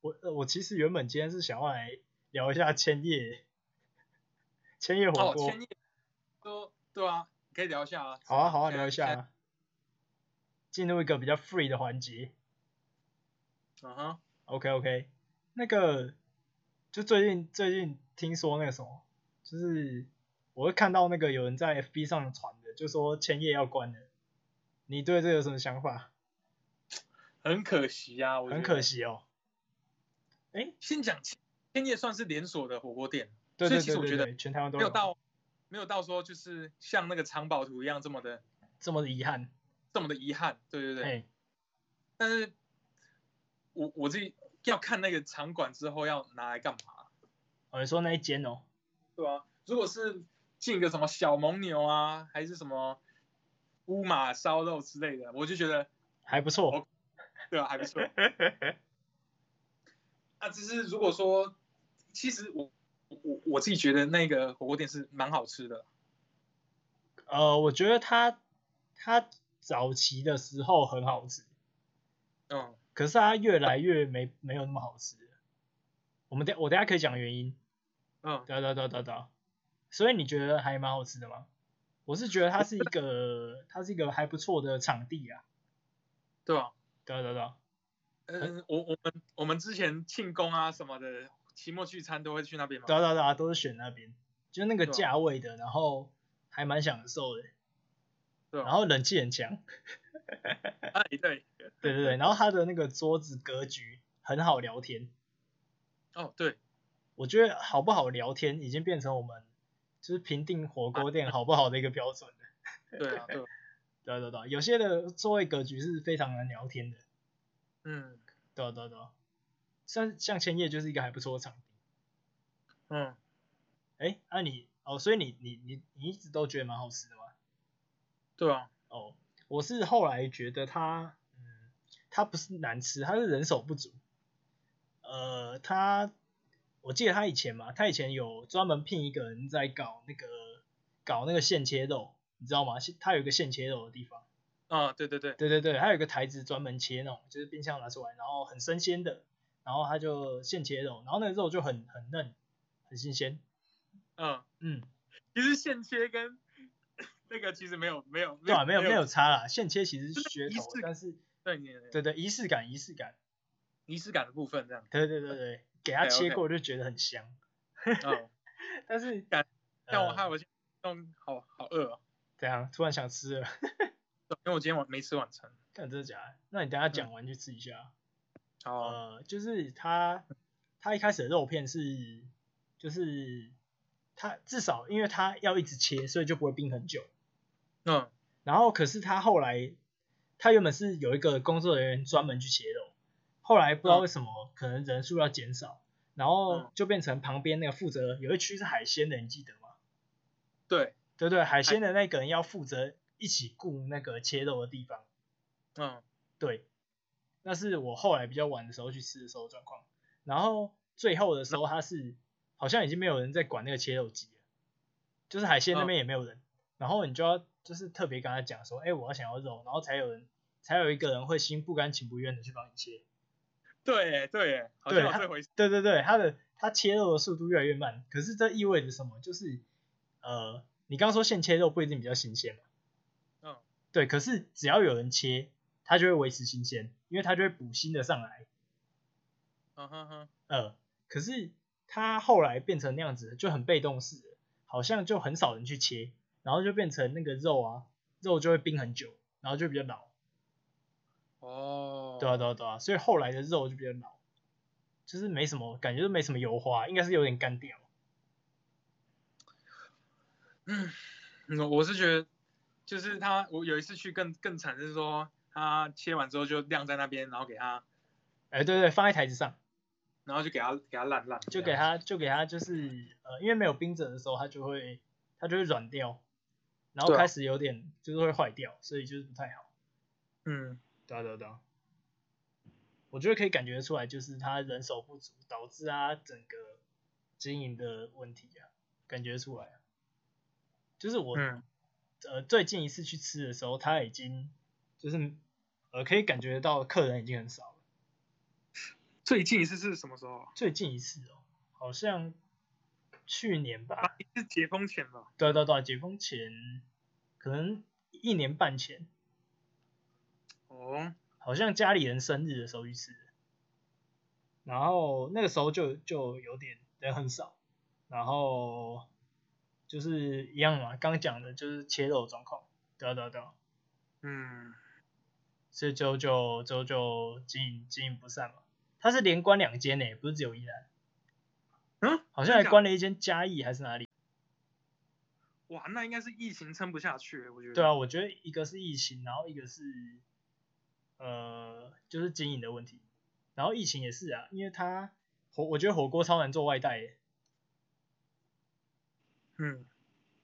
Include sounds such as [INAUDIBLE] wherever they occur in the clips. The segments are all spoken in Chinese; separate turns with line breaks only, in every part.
我呃我其实原本今天是想要来聊一下千叶，千 [LAUGHS] 叶火
哦，
锅。
千叶都对啊，可以聊一下啊。
好啊好啊，
现在
聊一下。啊。进入一个比较 free 的环节。
嗯哼，
OK OK，那个就最近最近听说那个什么，就是我会看到那个有人在 FB 上传的，就说千叶要关了。你对这个有什么想法？
很可惜啊，我
很可
惜。
惜哦。
先讲千千叶算是连锁的火锅店，
对
所
对
以其
对
实我
对
觉得
对，全啊台湾都
没有到没有到说就是像那个藏宝图一样这么的
这么的遗憾。
这么的遗憾。对对对。
哎，
但是我我自己要看那个场馆之后要拿来干嘛，
我、你说那一间哦，
对啊，如果是进个什么小蒙牛啊，还是什么乌马烧肉之类的，我就觉得
还不错。
对啊还不错。啊，只是如果说，其实我我我自己觉得那个火锅店是蛮好吃的， [LAUGHS]
呃，我觉得它它早期的时候很好吃，
嗯，
可是它越来越没没有那么好吃了。我们等我等一下可以讲原因。
嗯，
对啊对啊对啊对啊对啊。所以你觉得还蛮好吃的吗？我是觉得它是一个它是一个还不错的场地啊。
对吧、
对啊对啊对啊。
嗯，我我们我们之前庆功啊什么的，期末聚餐都会去那边嘛。
对啊对啊对啊，都是选那边，就是那个
对啊
价位的，然后还蛮享受的，
对啊
然后冷气很
[LAUGHS]
强。
哎，对，
对对对，然后它的那个桌子格局很好聊天。
哦对，
我觉得好不好聊天已经变成我们就是评定火锅店好不好的一个标准了。
对啊，对
对
啊，
啊对啊对啊，有些的座位格局是非常难聊天的。
嗯
对啊对啊对啊，像像千叶就是一个还不错的场地。
嗯，
哎，那、你哦，所以你你你你一直都觉得蛮好吃的吗？
对啊，
哦，我是后来觉得它，嗯，它不是难吃，它是人手不足。呃，它，我记得他以前嘛，他以前有专门聘一个人在搞那个搞那个现切肉，你知道吗？现他有一个现切肉的地方，
啊对对对，
对对对，他有一个台子专门切那种，就是冰箱拿出来，然后很生鲜的，然后他就现切肉，然后那个肉就很很嫩，很新鲜，
嗯，
嗯，
其实现切跟 [LAUGHS] 那个其实没有没有
对啊，没有没
没
有差啦，现切其实是
就是
噱
仪
头
式，
但是
对你的
对对仪式感仪式感，
仪式感的部分
[LAUGHS]
这样，
对对对对，给它
OK，OK
切过就觉得很香，
嗯，
但是
[LAUGHS] 感但我
还
害我现在弄好好饿哦，
怎样突然想吃了，
因为我今天晚没吃晚餐，
看真的假的？那你等一下讲完去吃一下。
好啊，
呃，就是它它一开始的肉片是就是它至少因为它要一直切，所以就不会冰很久。
嗯
然后可是他后来，他原本是有一个工作人员专门去切肉，后来不知道为什么，可能人数要减少，然后
嗯
就变成旁边那个负责有一区是海鲜的，你记得吗？
对，
对对，海鲜的那个人要负责一起顾那个切肉的地方。
嗯
对，那是我后来比较晚的时候去吃的时候的状况。然后最后的时候，他是好像已经没有人在管那个切肉机了，就是海鲜那边也没有人。然后你就要就是特别跟他讲说，哎、我要想要肉，然后才有人才有一个人会心不甘情不愿的去帮你切。
对对，好像有这回事，
对对对，他的他切肉的速度越来越慢，可是这意味着什么？就是呃，你刚刚说现切肉不一定比较新鲜嘛，
嗯
对，可是只要有人切，它就会维持新鲜，因为它就会补新的上来。
嗯哼哼，
呃，可是他后来变成那样子，就很被动式了，好像就很少人去切，然后就变成那个肉啊，肉就会冰很久，然后就比较老。
哦，
对啊，对啊，对啊，所以后来的肉就比较老，就是没什么感觉，就没什么油花，应该是有点干掉。
嗯，嗯我是觉得，就是他，我有一次去更更惨，是说他切完之后就晾在那边，然后给他，
哎、对对，放在台子上，
然后就给他给他烂烂，
就给，它，就给它，就是呃，因为没有冰着的时候，它就会它就会软掉，然后
对啊
开始有点就是会坏掉，所以就是不太好。
嗯，
对啊对啊对啊，我觉得可以感觉得出来，就是他人手不足，导致他整个经营的问题啊，感觉出来啊。就是我、
嗯
呃最近一次去吃的时候，他已经就是呃可以感觉到客人已经很少了。
最近一次是什么时候啊？
最近一次哦，好像去年吧，
是解封前吧？
对啊对对，解封前可能一年半前，
哦，
好像家里人生日的时候去吃的，然后那个时候就就有点人很少，然后就是一样嘛，刚讲的就是切肉的状况，对啊对啊对啊，
嗯，
所以就就就就经营经营不善嘛。他是连关两间呢，不是只有一单，
嗯，
好像还
真假
关了一间嘉义还是哪里？
哇，那应该是疫情撑不下去，我觉得。
对啊，我觉得一个是疫情，然后一个是呃就是经营的问题，然后疫情也是啊，因为他火我觉得火锅超难做外带耶，
嗯，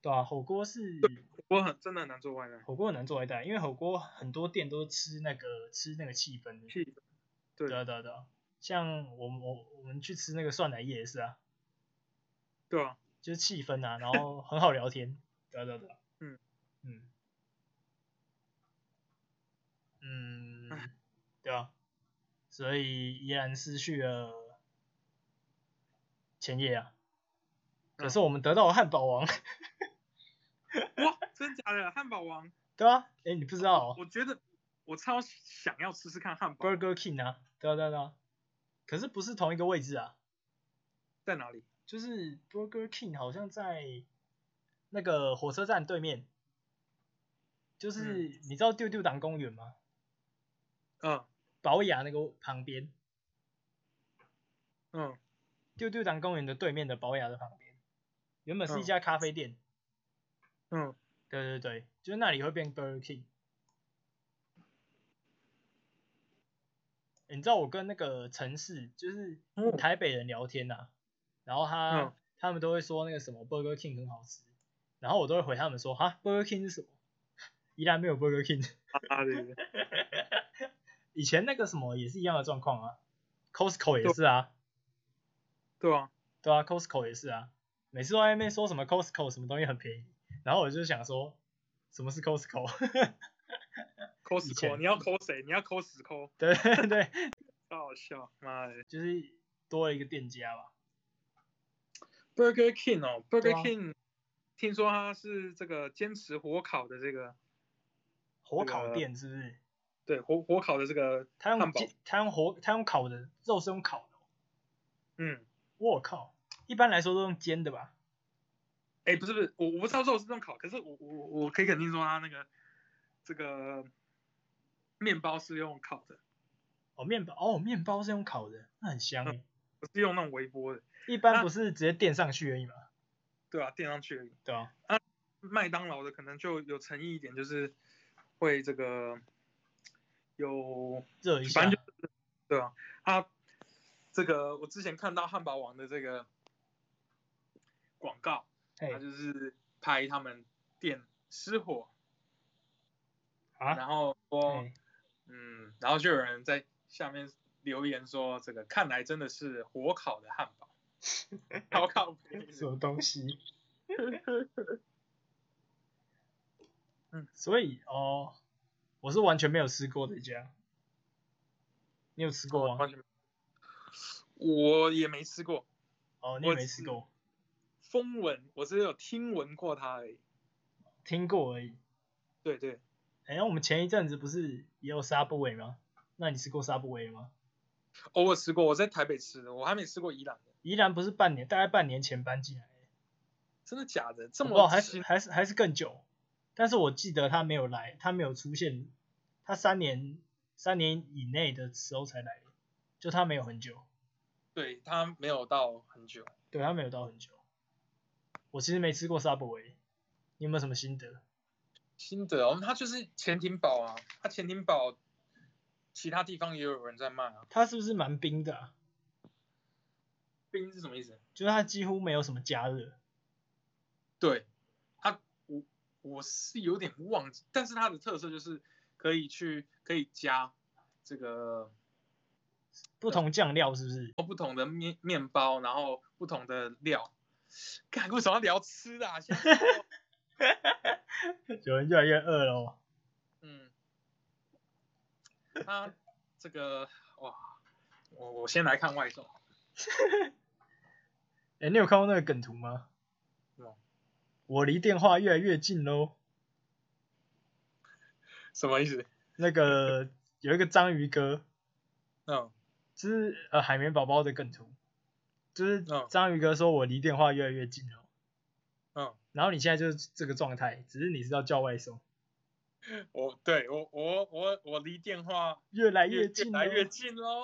对啊，火锅是
我很真的很难做外卖。
火锅很难做外带，因为火锅很多店都吃那个吃那个气氛的，
气氛对
对啊对啊对啊，像我们我我们去吃那个蒜奶叶也是啊，
对啊，
就是气氛啊，然后
[LAUGHS]
很好聊天，对啊对啊对啊，
嗯
嗯嗯，对啊，所以依然失去了前夜啊，
嗯
可是我们得到了汉堡王，
哇，真假的汉堡王，
对啊，哎你不知道、哦、
我觉得我超想要吃吃看汉堡
Burger King 啊，对啊对啊对啊，可是不是同一个位置啊，
在哪里。
就是 Burger King 好像在那个火车站对面，就是、你知道丢丢党公园吗？
嗯
保雅那个旁边，
嗯
丢丢党公园的对面的保雅的旁边，原本是一家咖啡店，
嗯，
对对对，就是那里会变 Burger King。欸你知道我跟那个城市，就是
嗯
台北人聊天呐、然后他、
嗯
他们都会说那个什么 Burger King 很好吃，然后我都会回他们说哈 Burger King 是什么？依然没有 Burger King。 [LAUGHS]
啊对，
以前那个什么也是一样的状况啊，Costco 也是啊，
[LAUGHS] 对啊，
对啊，Costco 也是啊，每次都在那边说什么 Costco 什么东西很便宜，然后我就想说，什么是 Costco？ [LAUGHS]
抠
以
死
前
抠，你要抠谁？你要抠死抠，
对对对，
超好笑，妈的
就是多了一个店家吧。
！Burger King 哦，Burger
对啊
King，、听说它是这个坚持火烤的这个，
火烤店是不是？
对火火烤的这个
他用
啊汉堡
煎，他用火，他用烤的，肉是用烤的哦。
嗯，
我靠，一般来说都用煎的吧？
哎、不是不是，我我不知道肉是这样烤，可是我我我可以肯定说它那个这个面包是用烤的，
哦，面包，哦，面包是用烤的，那很香耶。
不是用那种微波的，
一般
嗯那
不是直接垫上去而已嘛？
对啊？垫上去而已。
对啊，
麦当劳的可能就有诚意一点，就是会这个有
热一
反
下
正。对啊，它这个我之前看到汉堡王的这个广告，
嘿
它就是拍他们店失火，
啊，
然后说。
嘿
嗯，然后就有人在下面留言说，这个看来真的是火烤的汉
[LAUGHS]
堡，好烤焙
什么东西？
嗯，
所以哦，我是完全没有吃过这家。你有吃过吗？
完全没我也没吃过，
哦，你也
我
没吃
是
过，
风闻我只有听闻过它而已。
听过而已。
对对，
哎、那我们前一阵子不是也有沙布韦吗？那你吃过沙布韦吗？
哦，我吃过，我在台北吃的，我还没吃过宜兰的，
宜兰不是半年，大概半年前搬进来，
真的假的？这
我不知道
么
还是
新
还是还是更久，但是我记得他没有来，他没有出现，他三年三年以内的时候才来，就他没有很久，
对它没有到很久，
对他没有到很久。我其实没吃过沙布韦，你有没有什么心得？
新的哦，它就是潜艇堡啊，它潜艇堡其他地方也有人在卖啊，
它是不是蛮冰的、啊？
冰是什么意思？
就是它几乎没有什么加热，
对，它我我是有点忘记，但是它的特色就是可以去可以加这个
不同酱料是不是？
不同的面面包，然后不同的料。干，为什么要聊吃的、啊？先说
有人越来越饿了哦。
嗯，它这个哇，我我先来看外送，
哎、你有看过那个梗图吗
没有？
我离电话越来越近喽。
什么意思？
那个有一个章鱼哥，
嗯，
就是呃海绵宝宝的梗图，就是
嗯
章鱼哥说我离电话越来越近了，
嗯，
然后你现在就是这个状态，只是你是要叫外送，
我对我我我我离电话
越来
越
近，
来越近喽。